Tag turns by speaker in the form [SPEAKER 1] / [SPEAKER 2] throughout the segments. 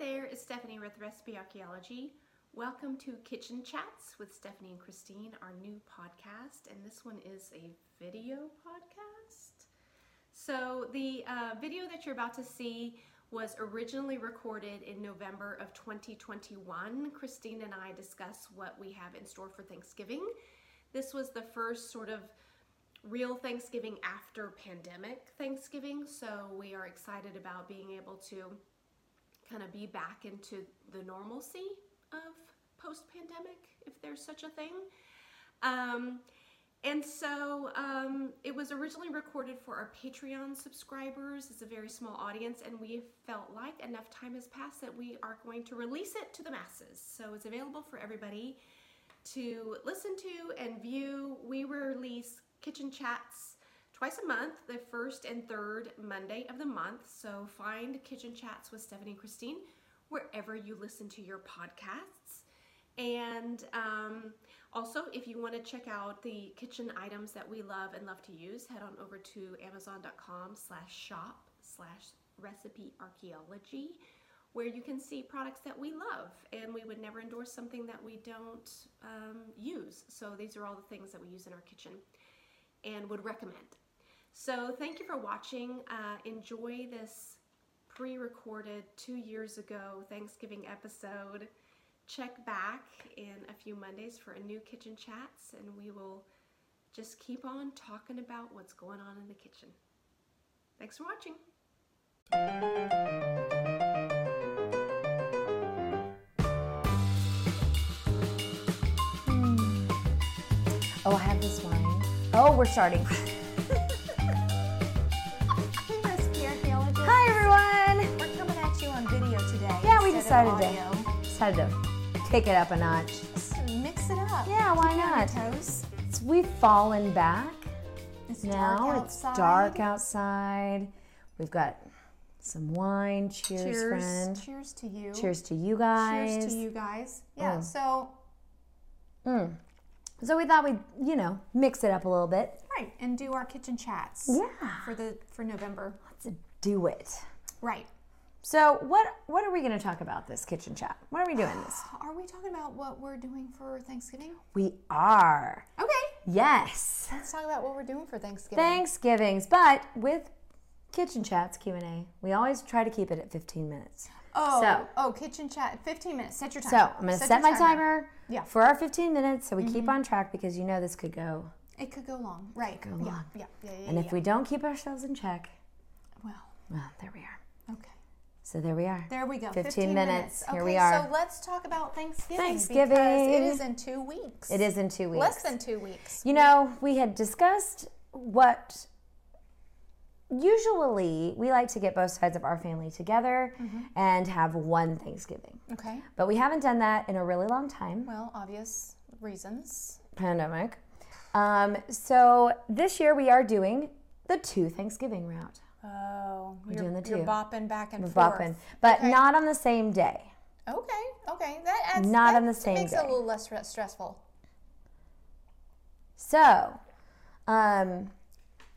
[SPEAKER 1] there, it's Stephanie with Recipe Archaeology. Welcome to Kitchen Chats with Stephanie and Christine, our new podcast, and this one is a video podcast. So, the uh, video that you're about to see was originally recorded in November of 2021. Christine and I discuss what we have in store for Thanksgiving. This was the first sort of real Thanksgiving after pandemic Thanksgiving, so we are excited about being able to kind of be back into the normalcy of post pandemic, if there's such a thing. Um, and so um, it was originally recorded for our Patreon subscribers. It's a very small audience, and we felt like enough time has passed that we are going to release it to the masses. So it's available for everybody to listen to and view. We release kitchen chats twice a month, the first and third Monday of the month. So find Kitchen Chats with Stephanie and Christine wherever you listen to your podcasts. And um, also, if you want to check out the kitchen items that we love and love to use, head on over to amazon.com slash shop slash recipe archaeology, where you can see products that we love. And we would never endorse something that we don't um, use. So these are all the things that we use in our kitchen and would recommend. So thank you for watching. Uh, enjoy this pre recorded two years ago Thanksgiving episode. Check back in a few Mondays for a new kitchen chats, and we will just keep on talking about what's going on in the kitchen. Thanks for watching.
[SPEAKER 2] Oh, I have this wine. Oh, we're starting.
[SPEAKER 3] Recipe archaeologist.
[SPEAKER 2] Hi, everyone.
[SPEAKER 3] We're coming at you on video today.
[SPEAKER 2] Yeah, we
[SPEAKER 3] instead of
[SPEAKER 2] decided
[SPEAKER 3] audio.
[SPEAKER 2] to decided to kick it up a notch.
[SPEAKER 3] Just mix it up.
[SPEAKER 2] Yeah, why
[SPEAKER 3] Keep you on your
[SPEAKER 2] not?
[SPEAKER 3] Toes.
[SPEAKER 2] It's- we've fallen back.
[SPEAKER 3] It's
[SPEAKER 2] now
[SPEAKER 3] dark
[SPEAKER 2] it's
[SPEAKER 3] outside.
[SPEAKER 2] dark outside. We've got some wine. Cheers,
[SPEAKER 3] Cheers,
[SPEAKER 2] friend.
[SPEAKER 3] Cheers to you.
[SPEAKER 2] Cheers to you
[SPEAKER 3] Cheers
[SPEAKER 2] guys.
[SPEAKER 3] to you guys. Yeah.
[SPEAKER 2] Mm.
[SPEAKER 3] So
[SPEAKER 2] So we thought we'd, you know, mix it up a little bit.
[SPEAKER 3] right, and do our kitchen chats.
[SPEAKER 2] Yeah.
[SPEAKER 3] For the for November.
[SPEAKER 2] Let's do it.
[SPEAKER 3] Right.
[SPEAKER 2] So what what are we going to talk about this kitchen chat? What are we doing this?
[SPEAKER 3] Are we talking about what we're doing for Thanksgiving?
[SPEAKER 2] We are.
[SPEAKER 3] Okay.
[SPEAKER 2] Yes.
[SPEAKER 3] Let's talk about what we're doing for Thanksgiving.
[SPEAKER 2] Thanksgivings, but with kitchen chats Q&A, we always try to keep it at 15 minutes.
[SPEAKER 3] oh.
[SPEAKER 2] so-
[SPEAKER 3] Oh, kitchen chat. Fifteen minutes. Set your time.
[SPEAKER 2] So, I'm going to set,
[SPEAKER 3] your
[SPEAKER 2] my timer
[SPEAKER 3] Yeah. Mm-hmm.
[SPEAKER 2] for our 15 minutes so we keep on track because you know this could go.
[SPEAKER 3] It could go long. Right.
[SPEAKER 2] go
[SPEAKER 3] yeah,
[SPEAKER 2] long.
[SPEAKER 3] Yeah. Yeah. Yeah.
[SPEAKER 2] And
[SPEAKER 3] yeah.
[SPEAKER 2] if we don't keep ourselves in check,
[SPEAKER 3] well.
[SPEAKER 2] well, there we are.
[SPEAKER 3] Okay.
[SPEAKER 2] So there we are.
[SPEAKER 3] There we go.
[SPEAKER 2] 15 minutes.
[SPEAKER 3] Okay,
[SPEAKER 2] Here we are.
[SPEAKER 3] So let's talk about Thanksgiving. Because
[SPEAKER 2] Thanksgiving.
[SPEAKER 3] it is in two weeks.
[SPEAKER 2] It is in 2 weeks.
[SPEAKER 3] Less than two weeks.
[SPEAKER 2] You know, we had discussed what usually we like to get both sides of our family together
[SPEAKER 3] Mm-hmm.
[SPEAKER 2] and have one Thanksgiving.
[SPEAKER 3] Okay.
[SPEAKER 2] But we haven't done that in a really long time.
[SPEAKER 3] Well, obvious reasons.
[SPEAKER 2] pandemic. Um, so this year we are doing the two Thanksgiving route.
[SPEAKER 3] Oh, we're you're,
[SPEAKER 2] doing the
[SPEAKER 3] You're
[SPEAKER 2] two.
[SPEAKER 3] bopping back and
[SPEAKER 2] We're
[SPEAKER 3] forth.
[SPEAKER 2] bopping, but
[SPEAKER 3] Okay.
[SPEAKER 2] not on the same day.
[SPEAKER 3] Okay. Okay. That adds.
[SPEAKER 2] Not
[SPEAKER 3] that
[SPEAKER 2] on the same
[SPEAKER 3] Makes it
[SPEAKER 2] day.
[SPEAKER 3] a little less stre- stressful.
[SPEAKER 2] So, um,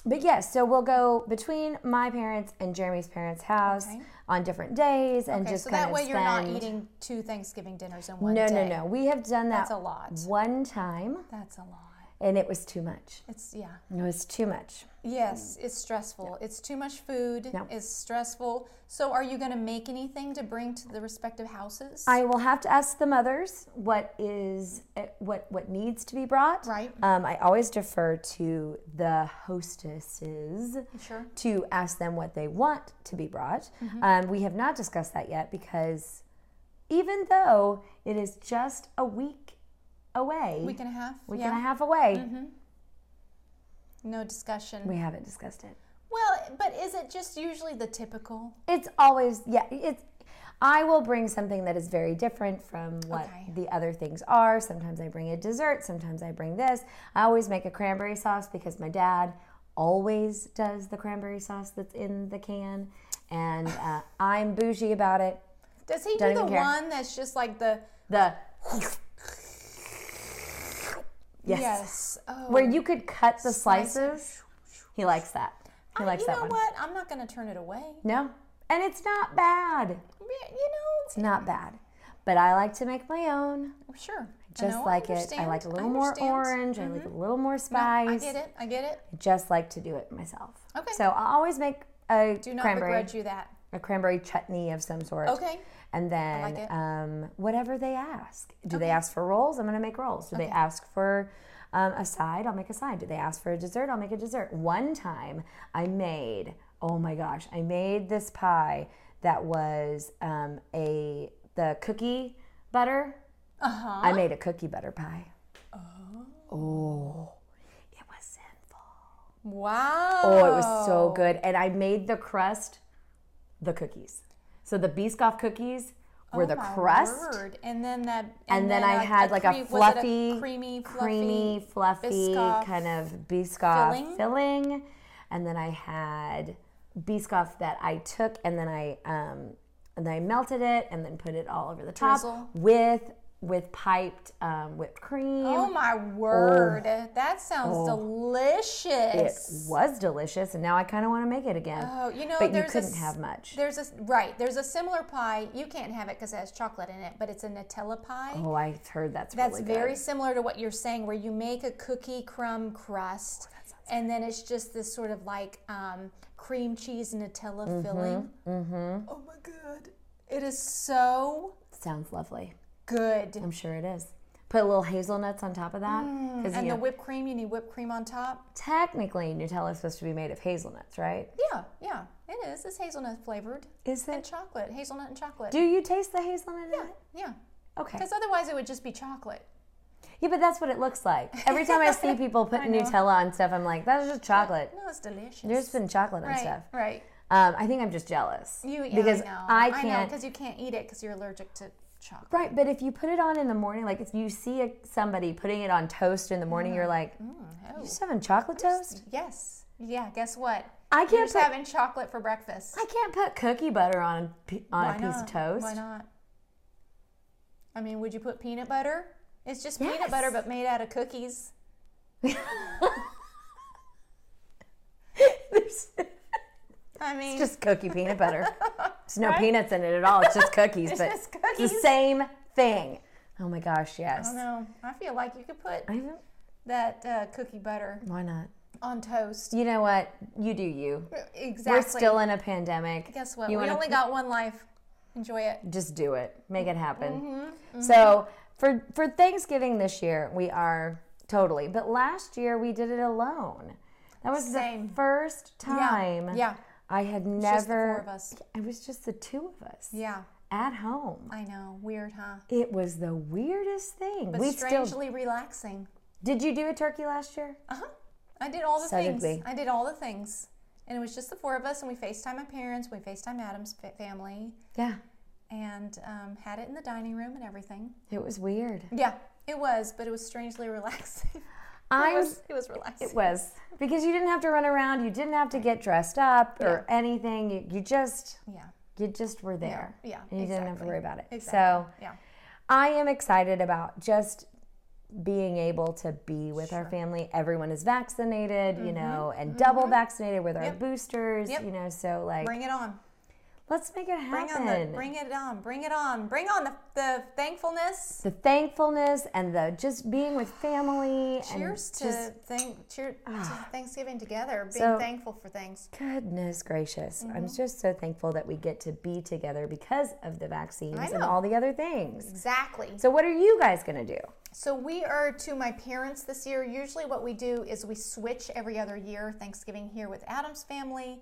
[SPEAKER 2] but yes, so we'll go between my parents and Jeremy's parents' house
[SPEAKER 3] Okay.
[SPEAKER 2] on different days and
[SPEAKER 3] Okay.
[SPEAKER 2] just
[SPEAKER 3] so
[SPEAKER 2] kind
[SPEAKER 3] that
[SPEAKER 2] of
[SPEAKER 3] way
[SPEAKER 2] spend.
[SPEAKER 3] you're not eating two Thanksgiving dinners in one
[SPEAKER 2] no,
[SPEAKER 3] day.
[SPEAKER 2] no, no. We have done that
[SPEAKER 3] That's a lot.
[SPEAKER 2] one time,
[SPEAKER 3] That's a lot.
[SPEAKER 2] and it was too much.
[SPEAKER 3] It's yeah.
[SPEAKER 2] It was too much.
[SPEAKER 3] Yes, it's stressful. It's too much food.
[SPEAKER 2] No.
[SPEAKER 3] It's stressful. So, are you going to make anything to bring to the respective houses?
[SPEAKER 2] I will have to ask the mothers what is eh, what what needs to be brought.
[SPEAKER 3] Right.
[SPEAKER 2] Um, I always defer to the hostesses
[SPEAKER 3] sure.
[SPEAKER 2] to ask them what they want to be brought.
[SPEAKER 3] Mm-hmm.
[SPEAKER 2] Um, we have not discussed that yet because even though it is just a week away,
[SPEAKER 3] Week and a half.
[SPEAKER 2] week
[SPEAKER 3] yeah. Mm-hmm.
[SPEAKER 2] and a half away,
[SPEAKER 3] No discussion.
[SPEAKER 2] we haven't discussed it.
[SPEAKER 3] well, but is it just usually the typical?
[SPEAKER 2] It's always yeah. It's I will bring something that is very different from what
[SPEAKER 3] Okay.
[SPEAKER 2] the other things are. Sometimes I bring a dessert. Sometimes I bring this. I always make a cranberry sauce because my dad always does the cranberry sauce that's in the can, and uh, I'm bougie about it.
[SPEAKER 3] Does he
[SPEAKER 2] Don't
[SPEAKER 3] do the
[SPEAKER 2] even care.
[SPEAKER 3] one that's just like the
[SPEAKER 2] The yes,
[SPEAKER 3] Oh,
[SPEAKER 2] where you could cut the
[SPEAKER 3] Slice it.
[SPEAKER 2] slices. He likes that. He
[SPEAKER 3] I-
[SPEAKER 2] likes
[SPEAKER 3] you
[SPEAKER 2] that
[SPEAKER 3] know
[SPEAKER 2] one.
[SPEAKER 3] what? I'm not going to turn it away.
[SPEAKER 2] No, and it's not bad.
[SPEAKER 3] We- You know,
[SPEAKER 2] It's not bad. But I like to make my own,
[SPEAKER 3] Sure.
[SPEAKER 2] just
[SPEAKER 3] No,
[SPEAKER 2] like it. I
[SPEAKER 3] understand.
[SPEAKER 2] like a little
[SPEAKER 3] I
[SPEAKER 2] more
[SPEAKER 3] understand. Mm-hmm.
[SPEAKER 2] orange. I like a little more
[SPEAKER 3] No,
[SPEAKER 2] spice.
[SPEAKER 3] I get it. I get it.
[SPEAKER 2] Just like to do it myself.
[SPEAKER 3] Okay.
[SPEAKER 2] So I always make a
[SPEAKER 3] Do not
[SPEAKER 2] cranberry,
[SPEAKER 3] begrudge you that.
[SPEAKER 2] a cranberry chutney of some sort.
[SPEAKER 3] Okay.
[SPEAKER 2] And then
[SPEAKER 3] like it.
[SPEAKER 2] um, whatever they ask. Do they ask for rolls? I'm going to make rolls. Do they ask for um, a side? I'll make a side. Do they ask for a dessert? I'll make a dessert. One time I made, oh my gosh, I made this pie that was um, a the cookie butter.
[SPEAKER 3] Uh-huh.
[SPEAKER 2] I made a cookie butter pie. Oh. It was sinful.
[SPEAKER 3] Wow.
[SPEAKER 2] Oh, it was so good. And I made the crust the cookies. So the Biscoff cookies were the
[SPEAKER 3] Oh My
[SPEAKER 2] crust.
[SPEAKER 3] word. And then that.
[SPEAKER 2] And then I had like a
[SPEAKER 3] cre- was it
[SPEAKER 2] fluffy,
[SPEAKER 3] creamy, fluffy.
[SPEAKER 2] creamy, fluffy
[SPEAKER 3] Biscoff
[SPEAKER 2] kind of Biscoff filling.
[SPEAKER 3] filling?
[SPEAKER 2] And then I had Biscoff that I took and then I um, and then I melted it and then put it all over the top
[SPEAKER 3] Drizzle.
[SPEAKER 2] with with piped um, whipped cream.
[SPEAKER 3] Oh my word.
[SPEAKER 2] Oh.
[SPEAKER 3] That sounds
[SPEAKER 2] It
[SPEAKER 3] delicious.
[SPEAKER 2] was delicious, and now I kind of want to make it again.
[SPEAKER 3] Oh, you know,
[SPEAKER 2] but you
[SPEAKER 3] there's a
[SPEAKER 2] couldn't
[SPEAKER 3] s-
[SPEAKER 2] have much.
[SPEAKER 3] There's a right. There's a similar pie. You can't have it because it has chocolate in it, but it's a Nutella pie.
[SPEAKER 2] Oh, I heard that's
[SPEAKER 3] That's
[SPEAKER 2] really
[SPEAKER 3] very
[SPEAKER 2] good.
[SPEAKER 3] similar to what you're saying, where you make a cookie crumb crust,
[SPEAKER 2] Oh,
[SPEAKER 3] and then it's just this sort of like um, cream cheese Nutella filling. Mm-hmm. Oh my god, it is so
[SPEAKER 2] Sounds lovely.
[SPEAKER 3] good.
[SPEAKER 2] I'm sure it is. Put a little hazelnuts on top of that because
[SPEAKER 3] Mm, And
[SPEAKER 2] you
[SPEAKER 3] the
[SPEAKER 2] know,
[SPEAKER 3] whipped cream, you need whipped cream on top.
[SPEAKER 2] technically Nutella is supposed to be made of hazelnuts, right?
[SPEAKER 3] Yeah, yeah, it is. It's hazelnut flavored
[SPEAKER 2] Is
[SPEAKER 3] and
[SPEAKER 2] it?
[SPEAKER 3] chocolate, hazelnut and chocolate.
[SPEAKER 2] Do you taste the hazelnut? in
[SPEAKER 3] yeah,
[SPEAKER 2] it?
[SPEAKER 3] yeah.
[SPEAKER 2] Okay.
[SPEAKER 3] Because otherwise, it would just be chocolate.
[SPEAKER 2] Yeah, but that's what it looks like. Every time I see people putting Nutella on stuff, I'm like, that's just chocolate.
[SPEAKER 3] No, it's delicious.
[SPEAKER 2] There's been chocolate on
[SPEAKER 3] right,
[SPEAKER 2] stuff.
[SPEAKER 3] right.
[SPEAKER 2] Um, I think I'm just jealous
[SPEAKER 3] You yeah,
[SPEAKER 2] because
[SPEAKER 3] I know.
[SPEAKER 2] I
[SPEAKER 3] know
[SPEAKER 2] can't.
[SPEAKER 3] because you can't eat it because you're allergic to chocolate.
[SPEAKER 2] Right, but if you put it on in the morning, like if you see a, somebody putting it on toast in the morning, you're like,
[SPEAKER 3] oh.
[SPEAKER 2] you just having chocolate toast?
[SPEAKER 3] Yes. Yeah. Guess what?
[SPEAKER 2] I
[SPEAKER 3] You're
[SPEAKER 2] can't
[SPEAKER 3] just
[SPEAKER 2] put,
[SPEAKER 3] having chocolate for breakfast.
[SPEAKER 2] I can't put cookie butter on a, p- on a
[SPEAKER 3] Why
[SPEAKER 2] piece
[SPEAKER 3] not?
[SPEAKER 2] of toast.
[SPEAKER 3] Why not? I mean, would you put peanut butter? It's just
[SPEAKER 2] Yes.
[SPEAKER 3] peanut butter, but made out of cookies.
[SPEAKER 2] There's
[SPEAKER 3] I mean,
[SPEAKER 2] just cookie peanut butter. There's no peanuts in it at all. It's just cookies, but
[SPEAKER 3] just
[SPEAKER 2] it's the
[SPEAKER 3] cookies.
[SPEAKER 2] same thing. Oh my gosh, yes.
[SPEAKER 3] I don't know. I feel like you could put
[SPEAKER 2] I haven't-
[SPEAKER 3] that uh, cookie butter
[SPEAKER 2] why not?
[SPEAKER 3] on toast.
[SPEAKER 2] You know what? You do you.
[SPEAKER 3] Exactly.
[SPEAKER 2] We're still in a pandemic.
[SPEAKER 3] Guess what?
[SPEAKER 2] You
[SPEAKER 3] we
[SPEAKER 2] wanna
[SPEAKER 3] only got one life. Enjoy it.
[SPEAKER 2] just do it. Make it happen.
[SPEAKER 3] Mm-hmm,
[SPEAKER 2] So for for Thanksgiving this year, we are totally. But last year we did it alone. That was
[SPEAKER 3] Same.
[SPEAKER 2] the first time.
[SPEAKER 3] yeah.
[SPEAKER 2] I had
[SPEAKER 3] Just the four
[SPEAKER 2] never.
[SPEAKER 3] of us.
[SPEAKER 2] It was just the two of us
[SPEAKER 3] Yeah.
[SPEAKER 2] at home.
[SPEAKER 3] I know. Weird, huh?
[SPEAKER 2] It was the weirdest thing.
[SPEAKER 3] But
[SPEAKER 2] we
[SPEAKER 3] strangely
[SPEAKER 2] still
[SPEAKER 3] relaxing. Uh-huh.
[SPEAKER 2] did. You do a turkey last year?
[SPEAKER 3] I did all the
[SPEAKER 2] So did
[SPEAKER 3] things.
[SPEAKER 2] we.
[SPEAKER 3] I did all the things. And it was just the four of us, and we FaceTime my parents, we FaceTime Adam's fa- family,
[SPEAKER 2] Yeah.
[SPEAKER 3] and um, had it in the dining room and everything.
[SPEAKER 2] It was weird.
[SPEAKER 3] Yeah, it was, but it was strangely relaxing. it,
[SPEAKER 2] I
[SPEAKER 3] was, it was relaxing.
[SPEAKER 2] It was because you didn't have to run around. You didn't have to get dressed up or anything. You, you just
[SPEAKER 3] Yeah,
[SPEAKER 2] you just were there.
[SPEAKER 3] yeah,
[SPEAKER 2] And you didn't have to
[SPEAKER 3] exactly.
[SPEAKER 2] worry about it. So
[SPEAKER 3] yeah.
[SPEAKER 2] I am excited about just being able to be with our family. Everyone is vaccinated, you know, and double vaccinated with our boosters,
[SPEAKER 3] Mm-hmm. Yep.
[SPEAKER 2] you know, so like
[SPEAKER 3] Bring it on.
[SPEAKER 2] let's make it
[SPEAKER 3] Bring
[SPEAKER 2] happen.
[SPEAKER 3] on the. Bring it on. Bring it on. Bring on the, the thankfulness.
[SPEAKER 2] the thankfulness and the just being with family
[SPEAKER 3] Cheers
[SPEAKER 2] and just Ah.
[SPEAKER 3] to thank. Cheer to Thanksgiving together. Being
[SPEAKER 2] So-
[SPEAKER 3] thankful for things.
[SPEAKER 2] Goodness gracious. I'm
[SPEAKER 3] Mm-hmm.
[SPEAKER 2] just so thankful that we get to be together because of the vaccines and
[SPEAKER 3] know.
[SPEAKER 2] all the other things.
[SPEAKER 3] Exactly.
[SPEAKER 2] So, what are you guys going to do?
[SPEAKER 3] So we are to my parents this year. Usually, what we do is we switch every other year. Thanksgiving here with Adam's family,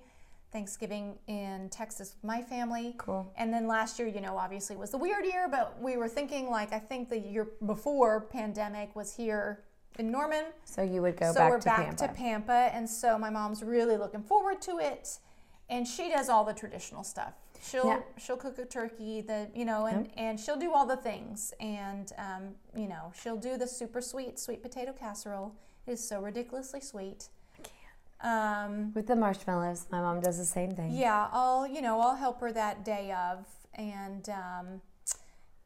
[SPEAKER 3] Thanksgiving in Texas with my family.
[SPEAKER 2] Cool.
[SPEAKER 3] And then last year, you know, obviously was the weird year, but we were thinking like I think the year before pandemic was here in Norman.
[SPEAKER 2] So, you would go
[SPEAKER 3] so
[SPEAKER 2] back
[SPEAKER 3] we're
[SPEAKER 2] to
[SPEAKER 3] back
[SPEAKER 2] Pampa.
[SPEAKER 3] to Pampa, and so my mom's really looking forward to it, and she does all the traditional stuff. She'll
[SPEAKER 2] Yeah.
[SPEAKER 3] she'll cook a turkey, the you know, and and she'll do all the things, and um, you know, she'll do the super sweet sweet potato casserole. It is so ridiculously sweet. Um,
[SPEAKER 2] With the marshmallows, my mom does the same thing.
[SPEAKER 3] yeah, I'll you know I'll help her that day of, and um,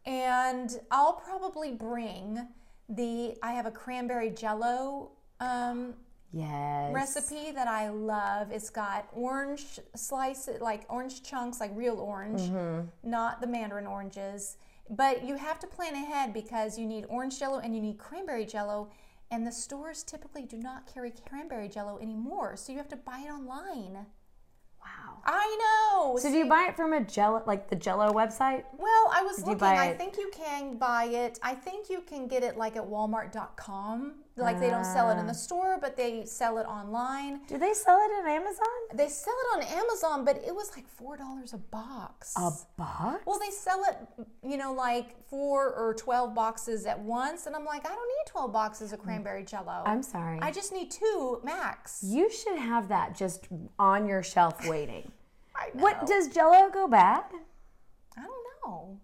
[SPEAKER 3] and I'll probably bring the I have a cranberry Jello um,
[SPEAKER 2] Yes.
[SPEAKER 3] recipe that I love. It's got orange slices, like orange chunks, like real orange,
[SPEAKER 2] Mm-hmm.
[SPEAKER 3] not the mandarin oranges. But you have to plan ahead because you need orange jello and you need cranberry jello. And the stores typically do not carry cranberry jello anymore, so you have to buy it online.
[SPEAKER 2] Wow.
[SPEAKER 3] I know.
[SPEAKER 2] So do you buy it from a jello, like the Jello website?
[SPEAKER 3] well, I was
[SPEAKER 2] you
[SPEAKER 3] looking.
[SPEAKER 2] buy
[SPEAKER 3] I
[SPEAKER 2] it-
[SPEAKER 3] think you can buy it. I think you can get it like at Walmart.com. Like they don't sell it in the
[SPEAKER 2] Ah.
[SPEAKER 3] store, but they sell it online.
[SPEAKER 2] Do they sell it on Amazon?
[SPEAKER 3] They sell it on Amazon, but it was like four dollars a box.
[SPEAKER 2] A box?
[SPEAKER 3] well, they sell it, you know, like four or twelve boxes at once, and I'm like, I don't need twelve boxes of cranberry Jello.
[SPEAKER 2] I'm sorry.
[SPEAKER 3] I just need two max.
[SPEAKER 2] you should have that just on your shelf waiting.
[SPEAKER 3] I know.
[SPEAKER 2] What does Jello go bad?
[SPEAKER 3] I don't know.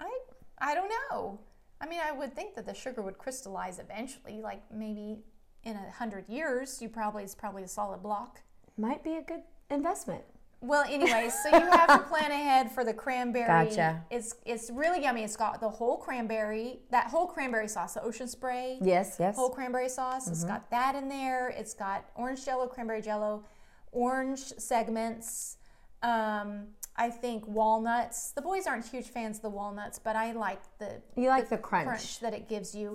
[SPEAKER 3] I I don't know. I mean, I would think that the sugar would crystallize eventually, like maybe in a hundred years. You probably it's probably a solid block.
[SPEAKER 2] Might be a good investment.
[SPEAKER 3] Well, anyway, so you have to plan ahead for the cranberry.
[SPEAKER 2] Gotcha.
[SPEAKER 3] It's it's really yummy. It's got the whole cranberry, that whole cranberry sauce, the ocean spray,
[SPEAKER 2] Yes, Mm-hmm. yes.
[SPEAKER 3] whole cranberry sauce. It's got that in there. It's got orange jello, cranberry jello, orange segments. Um, I think walnuts. The boys aren't huge fans of the walnuts, but I like the
[SPEAKER 2] You like the crunch. Mm-hmm.
[SPEAKER 3] that it gives you.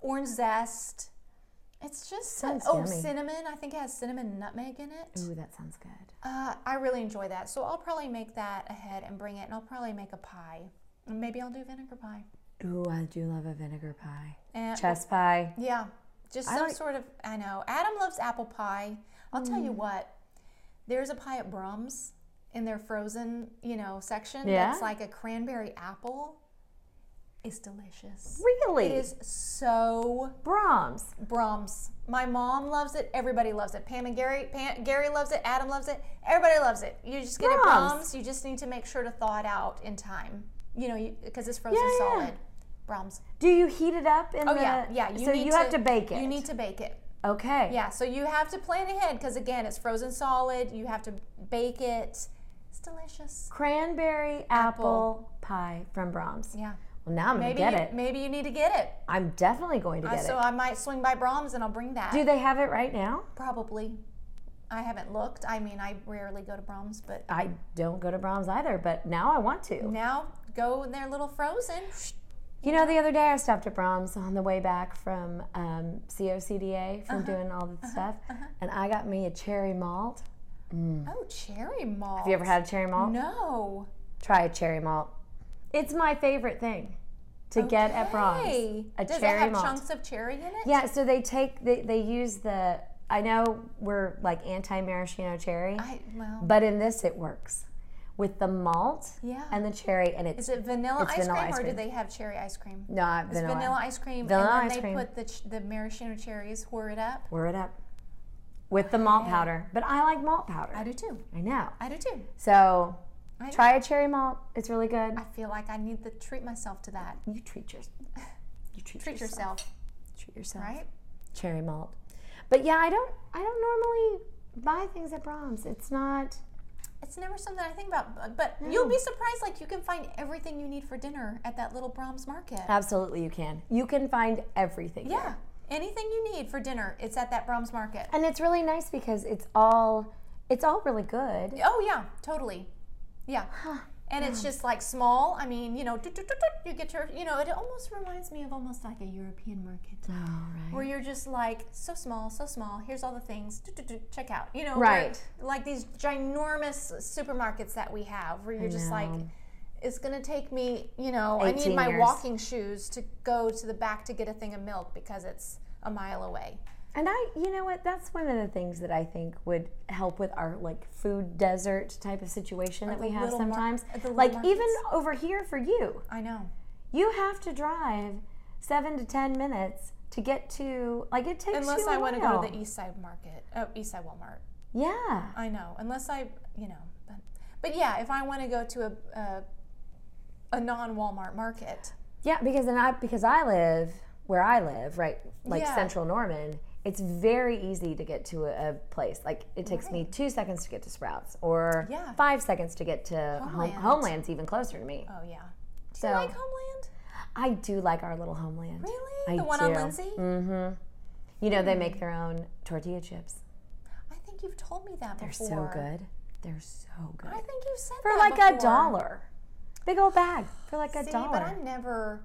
[SPEAKER 3] Orange zest. It's just
[SPEAKER 2] Sounds
[SPEAKER 3] oh
[SPEAKER 2] yummy.
[SPEAKER 3] cinnamon. I think it has cinnamon and nutmeg in it.
[SPEAKER 2] Ooh, that sounds good.
[SPEAKER 3] Uh, I really enjoy that. So I'll probably make that ahead and bring it, and I'll probably make a pie. And Maybe I'll do vinegar pie.
[SPEAKER 2] Ooh, I do love a vinegar pie.
[SPEAKER 3] And,
[SPEAKER 2] Chess pie.
[SPEAKER 3] Yeah, just
[SPEAKER 2] I
[SPEAKER 3] some
[SPEAKER 2] like- Mm.
[SPEAKER 3] sort of. I know. Adam loves apple pie. I'll tell you what. There's a pie at Brum's in their frozen, you know, section.
[SPEAKER 2] Yeah?
[SPEAKER 3] That's like a cranberry apple. It's delicious.
[SPEAKER 2] Really?
[SPEAKER 3] It is so
[SPEAKER 2] Brahms.
[SPEAKER 3] Brahms. My mom loves it. Everybody loves it. Pam and Gary, Pam, Gary loves it. Adam loves it. Everybody loves it. You just get it
[SPEAKER 2] Brahms.
[SPEAKER 3] Brahms. You just need to make sure to thaw it out in time. You know, because it's frozen
[SPEAKER 2] Yeah, yeah.
[SPEAKER 3] solid. Brahms.
[SPEAKER 2] Do you heat it up in
[SPEAKER 3] Oh
[SPEAKER 2] the?
[SPEAKER 3] yeah, yeah.
[SPEAKER 2] so you have to bake it.
[SPEAKER 3] You need to bake it.
[SPEAKER 2] Okay.
[SPEAKER 3] Yeah. So you have to plan ahead because again, it's frozen solid. You have to bake it. It's delicious.
[SPEAKER 2] Cranberry apple, pie from Brahms.
[SPEAKER 3] Yeah.
[SPEAKER 2] Well, now I'm
[SPEAKER 3] Maybe
[SPEAKER 2] gonna
[SPEAKER 3] you,
[SPEAKER 2] get it.
[SPEAKER 3] maybe you need to get it.
[SPEAKER 2] I'm definitely going to
[SPEAKER 3] Uh,
[SPEAKER 2] get
[SPEAKER 3] so
[SPEAKER 2] it.
[SPEAKER 3] I might swing by Brahms and I'll bring that.
[SPEAKER 2] Do they have it right now?
[SPEAKER 3] Probably. I haven't looked. I mean, I rarely go to Brahms, but
[SPEAKER 2] I don't go to Brahms either, but now I want to.
[SPEAKER 3] now go in their little frozen.
[SPEAKER 2] You know, the other day I stopped at Brahms on the way back from um, COCDA
[SPEAKER 3] Uh-huh.
[SPEAKER 2] from doing all the stuff, and I got me a cherry malt.
[SPEAKER 3] Oh, cherry malt.
[SPEAKER 2] Mm. Have you ever had a cherry malt?
[SPEAKER 3] No.
[SPEAKER 2] Try a cherry malt. It's my favorite thing to get at Brahms.
[SPEAKER 3] Hey.
[SPEAKER 2] A
[SPEAKER 3] Does
[SPEAKER 2] cherry
[SPEAKER 3] it have
[SPEAKER 2] malt.
[SPEAKER 3] chunks of cherry in it?
[SPEAKER 2] Yeah, so they take they, they use the I know we're like anti maraschino cherry,
[SPEAKER 3] I, well,
[SPEAKER 2] but in this it works with the malt
[SPEAKER 3] yeah.
[SPEAKER 2] and the cherry, and it's
[SPEAKER 3] Is it vanilla
[SPEAKER 2] It's
[SPEAKER 3] ice
[SPEAKER 2] vanilla
[SPEAKER 3] cream
[SPEAKER 2] ice
[SPEAKER 3] or do
[SPEAKER 2] cream.
[SPEAKER 3] they have cherry ice cream?
[SPEAKER 2] not
[SPEAKER 3] It's
[SPEAKER 2] vanilla.
[SPEAKER 3] vanilla ice cream,
[SPEAKER 2] Vanilla
[SPEAKER 3] and then
[SPEAKER 2] ice
[SPEAKER 3] they
[SPEAKER 2] cream.
[SPEAKER 3] put the ch- the maraschino cherries, whir it up.
[SPEAKER 2] Whir it up with the malt powder, but I like malt powder.
[SPEAKER 3] I do too.
[SPEAKER 2] I know.
[SPEAKER 3] I do too.
[SPEAKER 2] So
[SPEAKER 3] I-
[SPEAKER 2] try a cherry malt. It's really good.
[SPEAKER 3] I feel like I need to treat myself to that.
[SPEAKER 2] You treat your you treat,
[SPEAKER 3] Treat
[SPEAKER 2] yourself.
[SPEAKER 3] yourself,
[SPEAKER 2] Treat yourself.
[SPEAKER 3] right?
[SPEAKER 2] Cherry malt. But yeah, I don't I don't normally buy things at Brahms. It's not
[SPEAKER 3] It's never something I think about, bu- but you'll be surprised. Like you can find everything you need for dinner at that little Brahms market.
[SPEAKER 2] Uh, absolutely you can. You can find everything.
[SPEAKER 3] yeah, anything you need for dinner, it's at that Brahms market.
[SPEAKER 2] And it's really nice because it's all it's all really good.
[SPEAKER 3] Oh yeah, totally. Yeah. And it's just like small. I mean, you know, doot, doot, doot, doot, you get your, you know, it almost reminds me of almost like a European market.
[SPEAKER 2] All right.
[SPEAKER 3] where you're just like so small, so small. Here's all the things. do, do, do, Check out. You know,
[SPEAKER 2] Right.
[SPEAKER 3] where- Like these ginormous supermarkets that we have, where you're just like,
[SPEAKER 2] know.
[SPEAKER 3] it's gonna take me. You know, I need
[SPEAKER 2] 18
[SPEAKER 3] my
[SPEAKER 2] years.
[SPEAKER 3] walking shoes to go to the back to get a thing of milk because it's a mile away.
[SPEAKER 2] And I, you know what? That's one of the things that I think would help with our like food desert type of situation that we
[SPEAKER 3] the
[SPEAKER 2] have
[SPEAKER 3] little mar-
[SPEAKER 2] sometimes.
[SPEAKER 3] uh, the little
[SPEAKER 2] like even
[SPEAKER 3] markets.
[SPEAKER 2] over here for you,
[SPEAKER 3] I know.
[SPEAKER 2] you have to drive seven to ten minutes to get to like it takes
[SPEAKER 3] Unless
[SPEAKER 2] you a
[SPEAKER 3] I want to go
[SPEAKER 2] while.
[SPEAKER 3] to the e-, East Side Market, oh, East Side Walmart.
[SPEAKER 2] yeah
[SPEAKER 3] I know. Unless I, you know, but, but yeah, if I want to go to a a, a non Walmart market,
[SPEAKER 2] yeah because then I because I live where I live right like
[SPEAKER 3] Yeah.
[SPEAKER 2] Central Norman. It's very easy to get to a, a place. Like it takes me two seconds to get to Sprouts, or
[SPEAKER 3] Yeah.
[SPEAKER 2] five seconds to get to Home,
[SPEAKER 3] Homeland.
[SPEAKER 2] Homeland's even closer to me.
[SPEAKER 3] oh yeah. Do
[SPEAKER 2] so
[SPEAKER 3] you like Homeland?
[SPEAKER 2] I do like our little Homeland.
[SPEAKER 3] Really?
[SPEAKER 2] I
[SPEAKER 3] the one
[SPEAKER 2] do.
[SPEAKER 3] on Lindsay?
[SPEAKER 2] Mm-hmm. You know, they make their own tortilla chips.
[SPEAKER 3] I think you've told me that
[SPEAKER 2] They're
[SPEAKER 3] before.
[SPEAKER 2] so good. They're so good.
[SPEAKER 3] I think you said
[SPEAKER 2] For
[SPEAKER 3] that
[SPEAKER 2] like a
[SPEAKER 3] before.
[SPEAKER 2] dollar. Big old bag. For like a
[SPEAKER 3] See, but
[SPEAKER 2] dollar.
[SPEAKER 3] I'm never,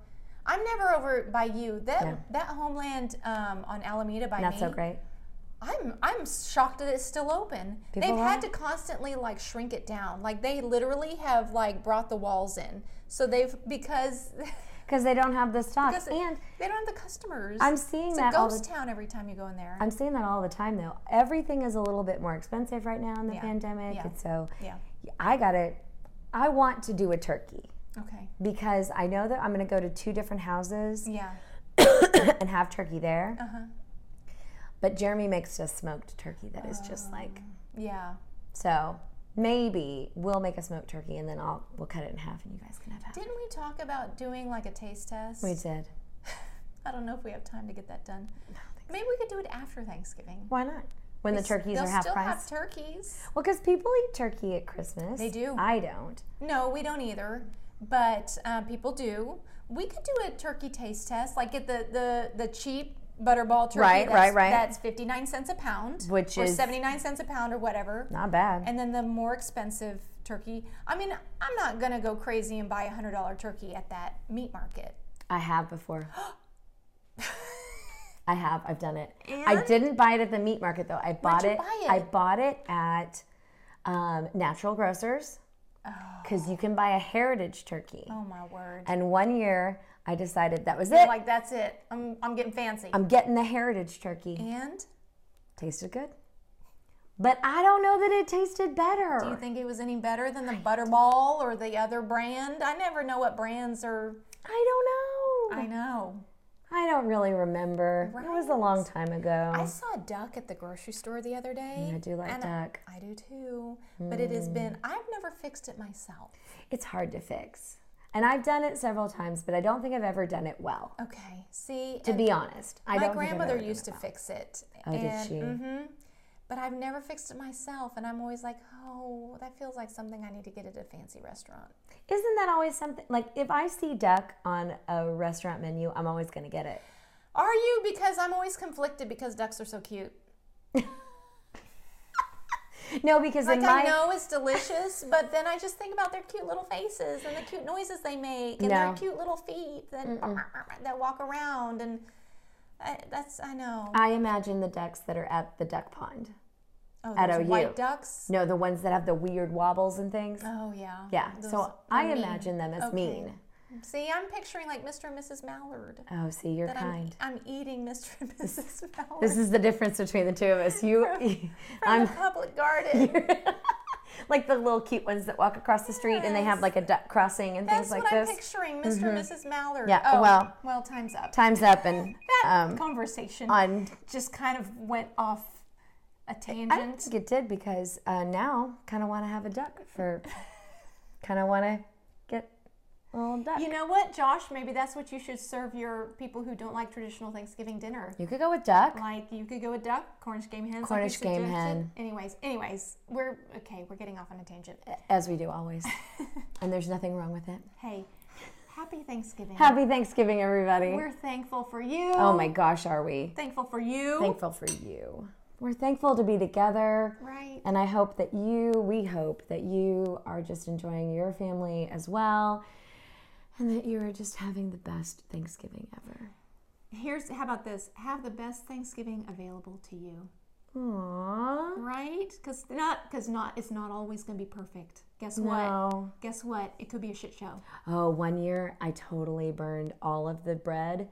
[SPEAKER 3] I'm never over by you. That
[SPEAKER 2] No.
[SPEAKER 3] that homeland um, on Alameda by
[SPEAKER 2] Not
[SPEAKER 3] me.
[SPEAKER 2] so great.
[SPEAKER 3] I'm I'm shocked that it's still open.
[SPEAKER 2] People
[SPEAKER 3] They've
[SPEAKER 2] are.
[SPEAKER 3] had to constantly like shrink it down. Like they literally have like brought the walls in. So they've because
[SPEAKER 2] Because they don't have the stock.
[SPEAKER 3] because
[SPEAKER 2] And
[SPEAKER 3] they don't have the customers.
[SPEAKER 2] I'm seeing
[SPEAKER 3] it's
[SPEAKER 2] that
[SPEAKER 3] a
[SPEAKER 2] all the
[SPEAKER 3] ghost town every time you go in there.
[SPEAKER 2] I'm seeing that all the time though. Everything is a little bit more expensive right now in the
[SPEAKER 3] Yeah.
[SPEAKER 2] pandemic.
[SPEAKER 3] Yeah.
[SPEAKER 2] And so
[SPEAKER 3] yeah.
[SPEAKER 2] I got to I want to do a turkey
[SPEAKER 3] Okay.
[SPEAKER 2] because I know that I'm going to go to two different houses
[SPEAKER 3] Yeah.
[SPEAKER 2] and have turkey there.
[SPEAKER 3] Uh huh.
[SPEAKER 2] But Jeremy makes a smoked turkey that is just like
[SPEAKER 3] Yeah.
[SPEAKER 2] so maybe we'll make a smoked turkey and then I'll we'll cut it in half and you guys can have half.
[SPEAKER 3] Didn't we talk about doing like a taste test?
[SPEAKER 2] We did.
[SPEAKER 3] I don't know if we have time to get that done. Maybe we could do it after Thanksgiving.
[SPEAKER 2] Why not? When the turkeys
[SPEAKER 3] They'll
[SPEAKER 2] are half
[SPEAKER 3] still
[SPEAKER 2] price.
[SPEAKER 3] have turkeys.
[SPEAKER 2] Well, because people eat turkey at Christmas.
[SPEAKER 3] They do.
[SPEAKER 2] I don't.
[SPEAKER 3] No, we don't either. But uh, people do. We could do a turkey taste test, like get the the the cheap butterball turkey.
[SPEAKER 2] Right,
[SPEAKER 3] that's-
[SPEAKER 2] right, right.
[SPEAKER 3] That's fifty nine cents a pound,
[SPEAKER 2] Which
[SPEAKER 3] or
[SPEAKER 2] is-
[SPEAKER 3] seventy nine cents a pound, or whatever.
[SPEAKER 2] Not bad.
[SPEAKER 3] And then the more expensive turkey. I mean, I'm not gonna go crazy and buy a hundred dollar turkey at that meat market.
[SPEAKER 2] I have before. I have. I've done it. I didn't buy it at the meat market though. I bought
[SPEAKER 3] you
[SPEAKER 2] it,
[SPEAKER 3] buy
[SPEAKER 2] I
[SPEAKER 3] it?
[SPEAKER 2] bought it at um, Natural Grocers because you can buy a heritage turkey.
[SPEAKER 3] Oh my word!
[SPEAKER 2] And one year, I decided that was it.
[SPEAKER 3] I'm like that's it. I'm I'm getting fancy.
[SPEAKER 2] I'm getting the heritage turkey.
[SPEAKER 3] and
[SPEAKER 2] Tasted good, but I don't know that it tasted better.
[SPEAKER 3] do you think it was any better than the butterball or the other brand? I never know what brands are.
[SPEAKER 2] I don't know.
[SPEAKER 3] I know.
[SPEAKER 2] I don't really remember. It was a long time ago.
[SPEAKER 3] I saw a duck at the grocery store the other day.
[SPEAKER 2] Mm, I do like
[SPEAKER 3] and
[SPEAKER 2] duck. Mm.
[SPEAKER 3] I do too. But it has been, I've never fixed it myself.
[SPEAKER 2] It's hard to fix. And I've done it several times, but I don't think I've ever done it well.
[SPEAKER 3] Okay. See,
[SPEAKER 2] To be honest, I
[SPEAKER 3] my
[SPEAKER 2] don't think I've
[SPEAKER 3] grandmother
[SPEAKER 2] ever done
[SPEAKER 3] used
[SPEAKER 2] it
[SPEAKER 3] to
[SPEAKER 2] well.
[SPEAKER 3] fix it.
[SPEAKER 2] Oh, did
[SPEAKER 3] and,
[SPEAKER 2] she?
[SPEAKER 3] mhm, but I've never fixed it myself. And I'm always like, oh, that feels like something I need to get at a fancy restaurant.
[SPEAKER 2] Isn't that always something? Like if I see duck on a restaurant menu, I'm always going to get it.
[SPEAKER 3] Are you? Because I'm always conflicted because ducks are so cute.
[SPEAKER 2] No, because
[SPEAKER 3] Like,
[SPEAKER 2] in my
[SPEAKER 3] I know it's delicious, but then I just think about their cute little faces and the cute noises they make and their
[SPEAKER 2] No.
[SPEAKER 3] cute little feet that, that walk around. And I, that's, I know.
[SPEAKER 2] I imagine the ducks that are at the duck pond.
[SPEAKER 3] Oh,
[SPEAKER 2] at
[SPEAKER 3] those
[SPEAKER 2] OU.
[SPEAKER 3] white ducks.
[SPEAKER 2] No, the ones that have the weird wobbles and things.
[SPEAKER 3] Oh yeah.
[SPEAKER 2] yeah.
[SPEAKER 3] Those
[SPEAKER 2] So I
[SPEAKER 3] are mean.
[SPEAKER 2] imagine them as
[SPEAKER 3] Okay.
[SPEAKER 2] mean.
[SPEAKER 3] See, I'm picturing like Mr. and Mrs. Mallard.
[SPEAKER 2] Oh, see, you're
[SPEAKER 3] That I'm,
[SPEAKER 2] kind.
[SPEAKER 3] I'm eating Mr. and Mrs. Mallard
[SPEAKER 2] This is the difference between the two of us. You,
[SPEAKER 3] from
[SPEAKER 2] I'm
[SPEAKER 3] the public garden.
[SPEAKER 2] like the little cute ones that walk across the street and they have like a duck crossing and
[SPEAKER 3] That's
[SPEAKER 2] things like
[SPEAKER 3] what I'm
[SPEAKER 2] this. Mm-hmm.
[SPEAKER 3] picturing, Mr. and Mrs. Mallard.
[SPEAKER 2] Yeah,
[SPEAKER 3] Oh,
[SPEAKER 2] well-
[SPEAKER 3] well, time's up.
[SPEAKER 2] Time's up and
[SPEAKER 3] that
[SPEAKER 2] um,
[SPEAKER 3] conversation
[SPEAKER 2] on.
[SPEAKER 3] just kind of went off a
[SPEAKER 2] I don't
[SPEAKER 3] tangent.
[SPEAKER 2] think it did because uh, now kind of want to have a duck for. kind of want to get a little duck.
[SPEAKER 3] You know what, Josh? Maybe that's what you should serve your people who don't like traditional Thanksgiving dinner.
[SPEAKER 2] You could go with duck.
[SPEAKER 3] Like you could go with duck, Cornish game hens. like you
[SPEAKER 2] Cornish game
[SPEAKER 3] suggested.
[SPEAKER 2] hen.
[SPEAKER 3] Anyways, anyways, we're okay. We're getting off on a tangent.
[SPEAKER 2] As we do always. and there's nothing wrong with it.
[SPEAKER 3] Hey, happy Thanksgiving.
[SPEAKER 2] Happy Thanksgiving, everybody.
[SPEAKER 3] We're thankful for you.
[SPEAKER 2] oh my gosh, are we?
[SPEAKER 3] Thankful for you.
[SPEAKER 2] Thankful for you. We're thankful to be together.
[SPEAKER 3] right.
[SPEAKER 2] And I hope that you, we hope that you are just enjoying your family as well and that you are just having the best Thanksgiving ever.
[SPEAKER 3] Here's how about this? Have the best Thanksgiving available to you.
[SPEAKER 2] Aww.
[SPEAKER 3] Right? Because not because not it's not always going to be perfect. Guess what?
[SPEAKER 2] No.
[SPEAKER 3] Guess what? It could be a shit show.
[SPEAKER 2] Oh, one year I totally burned all of the bread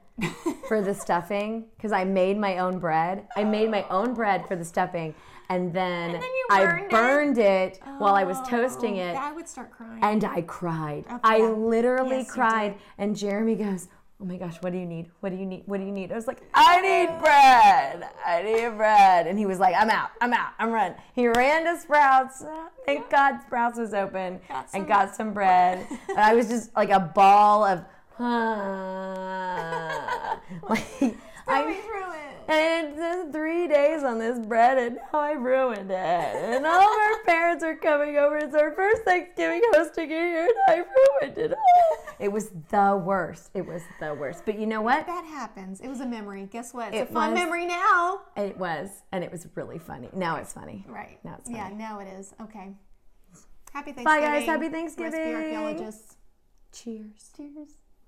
[SPEAKER 2] for the stuffing because I made my own bread. I made my own bread for the stuffing and then,
[SPEAKER 3] then you
[SPEAKER 2] I
[SPEAKER 3] burned it?
[SPEAKER 2] burned it, while I was toasting
[SPEAKER 3] Oh,
[SPEAKER 2] it
[SPEAKER 3] I would start crying.
[SPEAKER 2] and I cried. I
[SPEAKER 3] yeah.
[SPEAKER 2] literally
[SPEAKER 3] Yes, you
[SPEAKER 2] cried. And Jeremy goes, Oh my gosh, what do you need? What do you need? What do you need? I was like, I need bread. I need bread. And he was like, I'm out. I'm out. I'm run. He ran to Sprouts. Thank God Sprouts was open
[SPEAKER 3] Got
[SPEAKER 2] and
[SPEAKER 3] some-
[SPEAKER 2] got some bread. and I was just like a ball of, huh. like,
[SPEAKER 3] Tell me
[SPEAKER 2] I,
[SPEAKER 3] through it.
[SPEAKER 2] and it says three days on this bread, and now I ruined it. And all of our parents are coming over. It's our first Thanksgiving hosting here, and I ruined it all. It was the worst. It was the worst. But you know what?
[SPEAKER 3] That happens. It was a memory. Guess what?
[SPEAKER 2] It
[SPEAKER 3] It's a fun
[SPEAKER 2] was.
[SPEAKER 3] memory now.
[SPEAKER 2] It was, and it was really funny. Now it's funny.
[SPEAKER 3] Right.
[SPEAKER 2] Now it's
[SPEAKER 3] yeah, now it is. Okay. Happy Thanksgiving.
[SPEAKER 2] Bye, guys. Happy
[SPEAKER 3] Recipe
[SPEAKER 2] Thanksgiving.
[SPEAKER 3] archaeologists.
[SPEAKER 2] Cheers. Cheers.